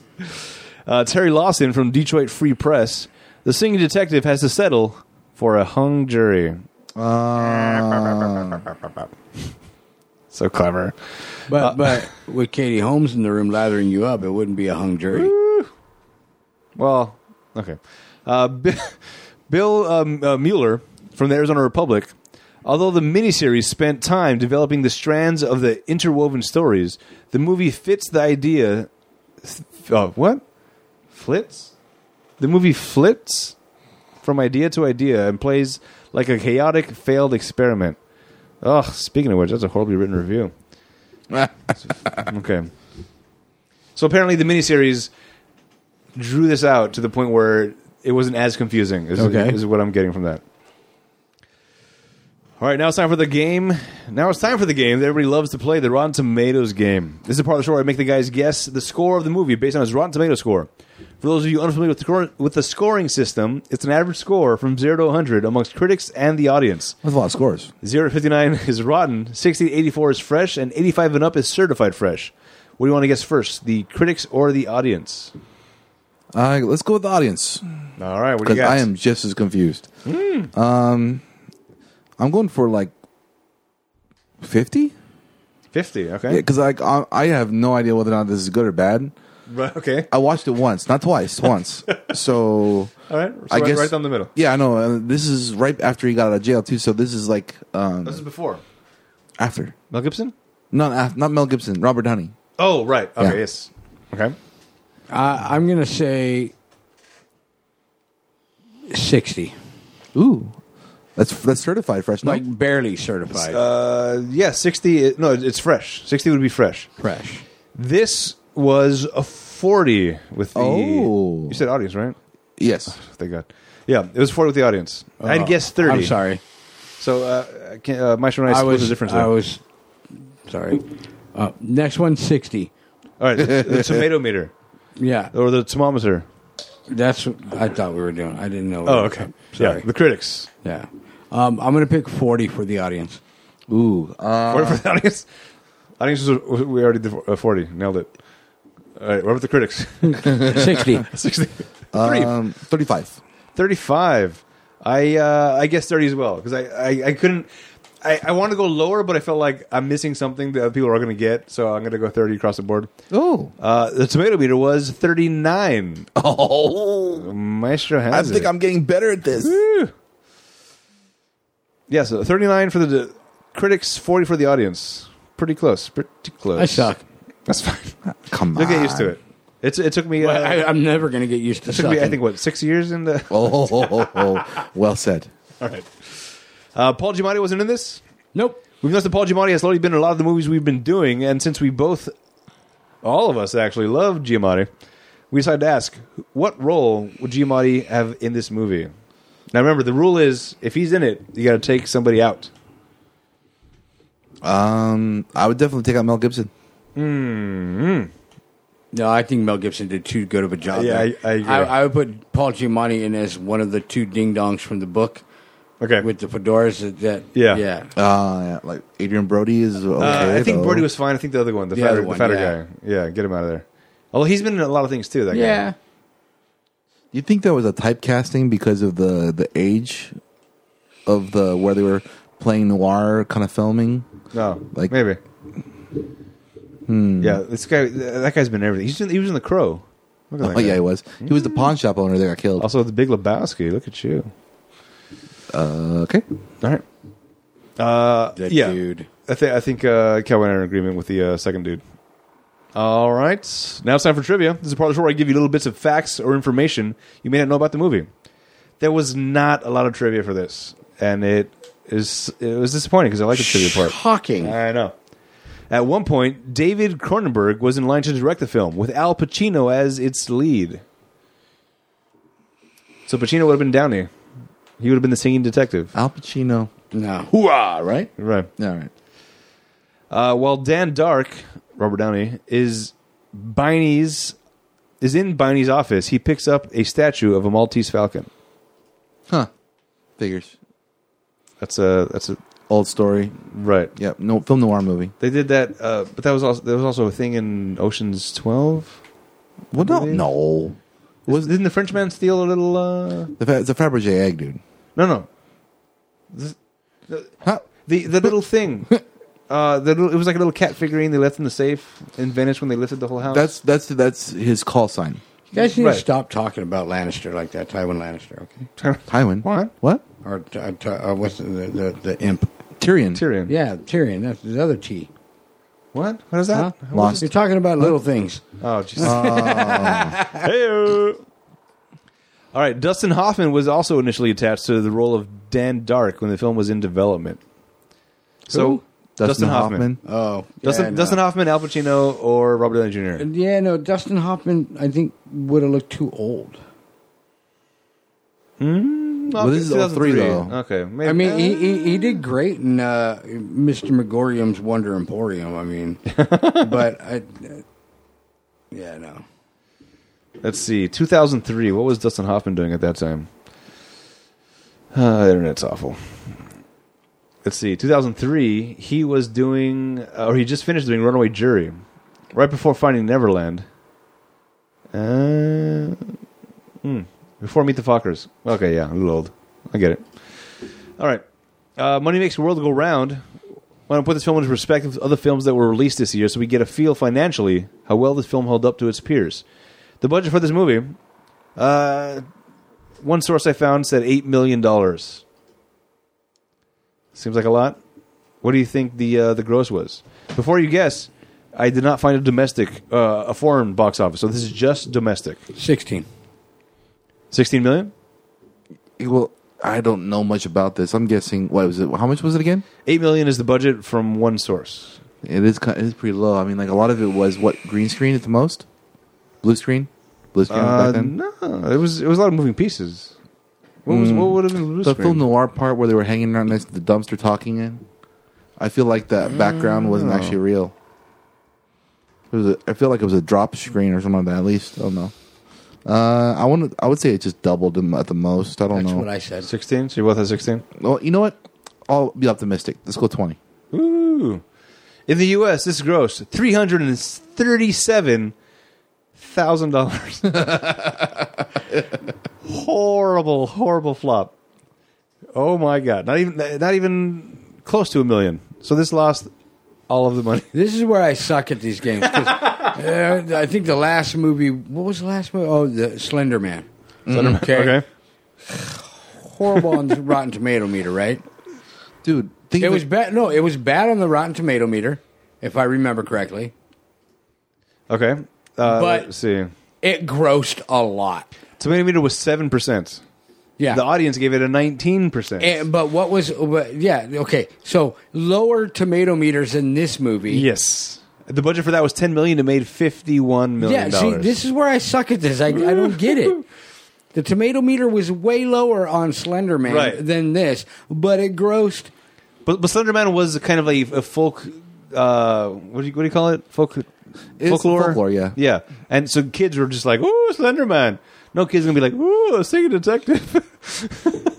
uh, Terry Lawson from Detroit Free Press. The singing detective has to settle for a hung jury. so clever. But Uh, but with Katie Holmes in the room lathering you up, it wouldn't be a hung jury. Well, okay. Uh, B- Bill um, uh, Mueller from the Arizona Republic. Although the miniseries spent time developing the strands of the interwoven stories, the movie fits the idea. Th- uh, what? Flits? The movie flits from idea to idea and plays like a chaotic, failed experiment. Ugh, speaking of which, that's a horribly written review. okay. So apparently the miniseries drew this out to the point where it wasn't as confusing. Is, Okay. is what I'm getting from that. All right, now it's time for the game. Now it's time for the game that everybody loves to play, the Rotten Tomatoes game. This is the part of the show where I make the guys guess the score of the movie based on its Rotten Tomato score. For those of you unfamiliar with the, cor- with the scoring system, it's an average score from 0 to 100 amongst critics and the audience. That's a lot of scores. 0 to 59 is rotten, 60 to 84 is fresh, and 85 and up is certified fresh. What do you want to guess first, the critics or the audience? Uh, let's go with the audience All right, what do you because got? I am just as confused. Hmm. Um, I'm going for like fifty. 50, okay. Yeah, because like I, I have no idea whether or not this is good or bad. Right, okay. I watched it once, not twice, once. So All right, so I right, guess right down the middle. Yeah, I know. Uh, this is right after he got out of jail too. So this is like This is um, before. after, Mel Gibson? not af- not Mel Gibson, Robert Downey. Oh, right. Okay, Yeah. yes. Okay. Uh, I'm gonna say sixty, Ooh, that's that's certified fresh. No? like barely certified, Uh, yeah, 60. i- No, it's fresh. 60 would be fresh. fresh. This was a 40 with the. Oh. You said audience, right? yes, Thank God. Yeah, it was 40 with the audience. I'd guess 30. Uh, I'm sorry. So, uh, I can't, uh, Maestro and I, I split was the difference there. I was sorry. Uh, next one, 60. All right, the, the tomato meter Yeah, or the thermometer. that's what I thought we were doing. I didn't know. Oh, okay. Sorry. Yeah, the critics. Yeah. Um, I'm going to pick 40 for the audience. ooh, uh, What for the audience? Audience was, we already did uh, 40. Nailed it. All right, what about the critics? 60. 63. Um, 35. 35. Uh, I uh, I guess 30 as well because I, I, I couldn't. I, I want to go lower, but I felt like I'm missing something that other people are going to get, so I'm going to go 30 across the board. Oh. Uh, the tomato meter was 39. Oh. Maestro I has think it. I'm getting better at this. Woo. Yeah, so 39 uh, for the critics, 40 for the audience. Pretty close. Pretty close. I suck. That's fine. Come on. You'll get used to it. It's, it took me, uh, Well, I, I'm never going to get used to it took me, I sucking. think, what, six years in the. Oh, ho, ho, ho, ho. well said. All right. Uh, Paul Giamatti wasn't in this. Nope. We've noticed that Paul Giamatti has lately been in a lot of the movies we've been doing, and since we both, all of us actually, love Giamatti, we decided to ask, what role would Giamatti have in this movie? Now remember, the rule is if he's in it, you got to take somebody out. Um, I would definitely take out Mel Gibson. No, I think Mel Gibson did too good of a job. Yeah, there. I- I agree. I, would put Paul Giamatti in as one of the two ding dongs from the book Okay, with the fedoras that. that Yeah. yeah. Uh, yeah, like Adrian Brody is. Okay, uh, I think though. Brody was fine. I think the other one, the, The fatter, other the one, fatter yeah. guy, yeah, get him out of there. Although he's been in a lot of things too. That Yeah. You think that was a typecasting because of the the age of the where they were playing noir kind of filming? guy. no, like Hmm. Like- maybe. Yeah, this guy, that guy's been in everything. He's in, he was in The Crow. Look at that Oh guy. yeah, he was. He was the pawn shop owner that got killed. Also, The Big Lebowski. Look at you. Oh, Uh, okay, All right. Uh, That yeah. dude. I, th- I think uh, Cal went in agreement with the uh, second dude. All right. Now it's time for trivia. This is part of the show where I give you little bits of facts or information you may not know about the movie. There was not a lot of trivia for this, and it is it was disappointing because I like the Uh, trivia part. Shocking. I know. At one point, David Cronenberg was in line to direct the film with Al Pacino as its lead. So Pacino would have been Downey. He would have been the singing detective. Al Pacino. No. Hoorah! Right. Right. All right. Uh, while Dan Dark, Robert Downey, is Biney's is in Biney's office, he picks up a statue of a Maltese falcon. Huh. Figures. That's a that's a Old story. right. Yep. No film noir movie. They did that, uh, but that was also there was also a thing in Ocean's Twelve. Well, no, Really? no. Was didn't the Frenchman steal a little? Uh... The fa- it's a Faberge egg, dude. No, no, Huh? the the little thing. Uh, the little, it was like a little cat figurine they left in the safe in Venice when they lifted the whole house. That's that's that's his call sign. You guys need Right. to stop talking about Lannister like that, Tywin Lannister, okay? Tywin. What? What? Or uh, Ty- uh, what's the, the, the imp? Tyrion. Tyrion. Yeah, Tyrion. That's the other T. What? What is that? Huh? Lost. You're talking about little things. Oh, Jesus. hey All right, Dustin Hoffman was also initially attached to the role of Dan Dark when the film was in development. So, Who? Dustin, Hoffman. Oh, Dustin, yeah, no. Dustin Hoffman, Al Pacino, or Robert Downey Jr. Yeah, no, Dustin Hoffman. I think would have looked too old. Well, this is all three, though. Okay. Maybe, I mean, he, he, Oh. he did great in uh, Mr. Megorium's Wonder Emporium. I mean, but I, uh, yeah, no, Let's see. 2003. What was Dustin Hoffman doing at that time? Uh, the internet's awful. Let's see. 2003. He was doing, or he just finished doing Runaway Jury, right before Finding Neverland. Uh, hmm. Before Meet the Fockers. Okay, yeah, a little old. I get it. All right. Uh, Money makes the world go round. I want to put this film into perspective of other films that were released this year so we get a feel financially how well this film held up to its peers. The budget for this movie, uh, one source I found said $8 million. Seems like a lot. What do you think the, uh, the gross was? Before you guess, I did not find a domestic, uh, a foreign box office, so this is just domestic. sixteen. 16 million? Well, I don't know much about this. I'm guessing. What was it? How much was it again? 8 million is the budget from one source. It is. ki- It is pretty low. I mean, like a lot of it was what green screen at the most, blue screen, blue screen Uh, back then. Hmm. no, it was it was a lot of moving pieces. What was what would have been blue the screen? film noir part where they were hanging out next to the dumpster talking in. I feel like that background Mm. wasn't actually real. It was. A, I feel like it was a drop screen or something like that. At least I don't know. Uh, I want. I would say it just doubled them at the most. I don't That's know. what I said. 16? So you both had 16? well, Oh, you know what? I'll be optimistic. Let's go twenty. Ooh. In the U.S., this grossed 337 thousand dollars. horrible, horrible flop. Oh my god! Not even not even close to a million. So this lost all of the money. This is where I suck at these games. 'cause, uh, I think the last movie. What was the last movie? Oh, the Slender Man. Slender Man. Mm-hmm. Okay. Okay. Horrible on the Rotten Tomato meter, right? dude. Think It of was bad. No, it was bad on the Rotten Tomato meter, if I remember correctly. Okay. Uh, But- let's see. It grossed a lot. Tomato meter was seven percent. Yeah. The audience gave it a nineteen percent. And- but what was? But yeah. Okay. So lower tomato meters in this movie. Yes. The budget for that was ten million. It made fifty-one million Yeah, see, dollars. this is where I suck at this. I, I don't get it. The tomato meter was way lower on Slender Man Right. than this, but it grossed. But, but Slender Man was kind of a, a folk. Uh, what do you what do you call it? Folk It's folklore. folklore, yeah. yeah. And so kids were just like, "Ooh, Slender Man." No kid's gonna be like, "Ooh, a singing detective."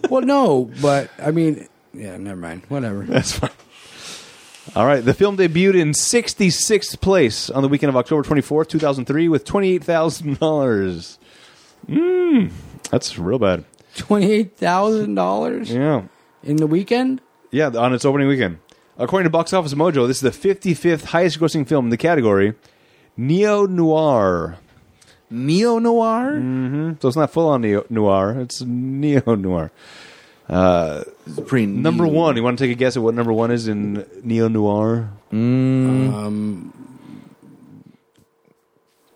Well, no, but I mean, yeah, never mind. Whatever. That's fine. All right. The film debuted in 66th place on the weekend of October 24th, 2003, with $28,000. Mmm. Hmm. That's real bad. Twenty-eight thousand dollars Yeah. in the weekend. Yeah, on its opening weekend. According to Box Office Mojo, this is the 55th highest grossing film in the category Neo Noir. neo noir. So it's not full on neo noir, it's neo noir. It's pretty Number neo. one, you want to take a guess at what number one is in neo noir? Mm. Um,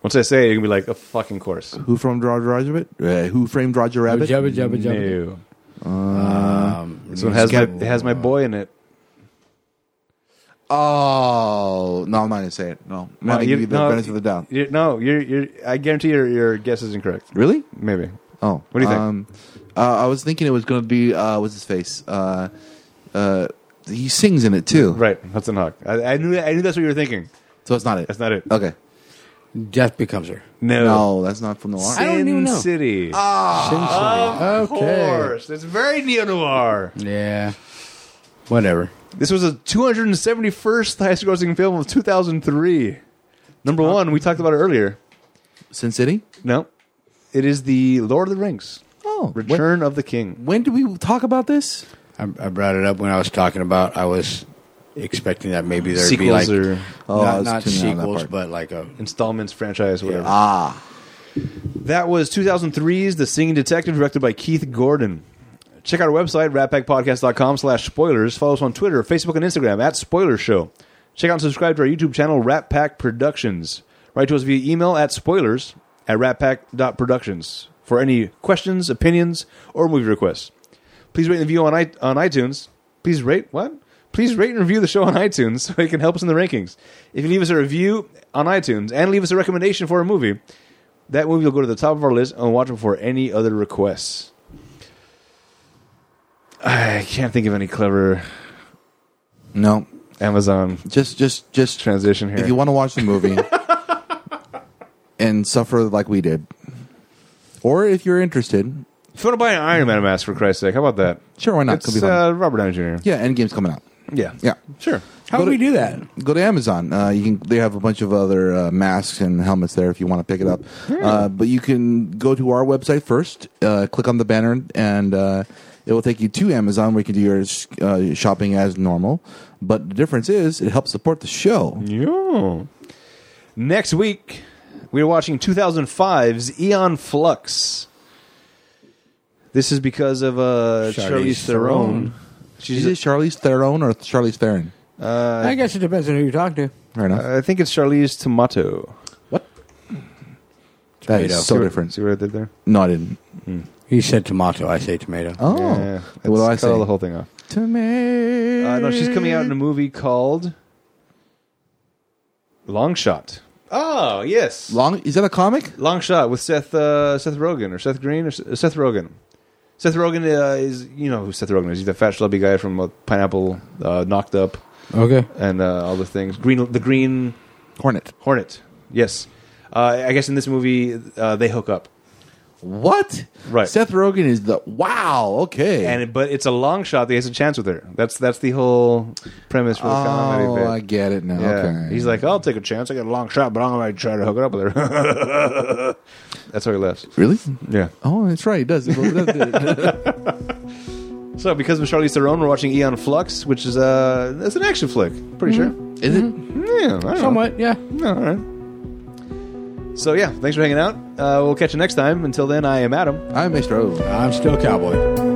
Once I say it, you're going to be like, a fucking course. Who from Roger Rabbit? Uh, who framed Roger Rabbit? Jabba jabba jabba. No. Um, This one has my, it has my boy in it. Oh no, I'm not gonna say it. No, I'm not Uh, gonna you- give you the benefit of the doubt. you- no, you're, you're, I guarantee your your guess is incorrect. Really? Maybe. Oh, What do you think? Um, uh, I was thinking it was gonna be uh, what's his face? Uh, uh, he sings in it too, Right, Hudson Hawk. I, I knew I knew that's what you were thinking. So it's not it. That's not it. Okay. Death becomes her. No. No, that's not from noir. I don't even Sin know. City. Of Of course. It's very neo noir. Yeah. Whatever. This was a 271st highest grossing film of 2003. Number one, we talked about it earlier. Sin City. No. It is the Lord of the Rings Oh, when, Return of the King. when did we talk about this? I, I brought it up when I was talking about. I was expecting that maybe there'd be Sequels like or Oh, I not, was not tuning out that sequels, part. but like a installments, franchise, whatever. Ah, That was 2003's The Singing Detective, directed by Keith Gordon. Check out our website, ratpackpodcast.com slash spoilers. Follow us on Twitter, Facebook, and Instagram at Spoiler Show. Check out and subscribe to our YouTube channel, Rat Pack Productions. Write to us via email at spoilers at ratpack.productions for any questions, opinions, or movie requests. Please rate and review on, I- on iTunes. Please rate what? Please rate and review the show on iTunes so it can help us in the rankings. If you leave us a review on iTunes and leave us a recommendation for a movie, that movie will go to the top of our list and watch it before any other requests. I can't think of any clever no. Amazon Just, just, just. transition here. If you want to watch the movie and suffer like we did, or if you're interested, if you want to buy an Iron Man mask, for Christ's sake, how about that? sure, why not? Could be It's fun. uh, Robert Downey Jr. yeah, Endgame's coming out. Yeah. Yeah. Sure. How Go to- do we do that? go to Amazon. Uh, you can they have a bunch of other uh, masks and helmets there if you want to pick it up. Hmm. Uh, but you can go to our website first, uh, click on the banner, and uh, it will take you to Amazon where you can do your uh, shopping as normal. But the difference is it helps support the show. Mm-hmm. Yeah. Next week, we're watching 2005's Eon Flux. This is because of uh, Charlize, Charlize Theron. Theron. She's uh, Is it Charlize Theron or Charlize Theron? I guess it depends on who you talk to. Fair enough. I think it's Charlize Tomato. that is tomato. so See different. what I did there? No, I didn't. He said tomato. I say tomato. Oh, Yeah, what do I Let's cut all the say? whole thing off. Tomato. Uh, no, she's coming out in a movie called Long Shot. Oh yes, Long, Long is that a comic? Shot with Seth uh, Seth Rogen or Seth Green or S- uh, Seth Rogen. Seth Rogen uh, is you know who Seth Rogen is. He's the fat schlubby guy from uh, Pineapple, uh, Knocked Up, Okay. and uh, all the things. Green the Green Hornet. Hornet. Yes, uh, I guess in this movie uh, they hook up. what? Right. Seth Rogen is the wow. Okay. And but it's a long shot. That he has a chance with her. That's that's the whole premise for the comedy. oh, bit. I get it now. Yeah. Okay. He's like, I'll take a chance. I got a long shot, but I'm going to try to hook it up with her. That's how he laughs. really? Yeah. Oh, that's right. He does. So, because of Charlize Theron, we're watching Eon Flux, which is uh, it's an action flick. Pretty is it? sure. Yeah. I don't know. Somewhat, yeah. Yeah, all right. So, yeah. Thanks for hanging out. Uh, we'll catch you next time. Until then, I am Adam. I'm Mr. O. I'm still cowboy.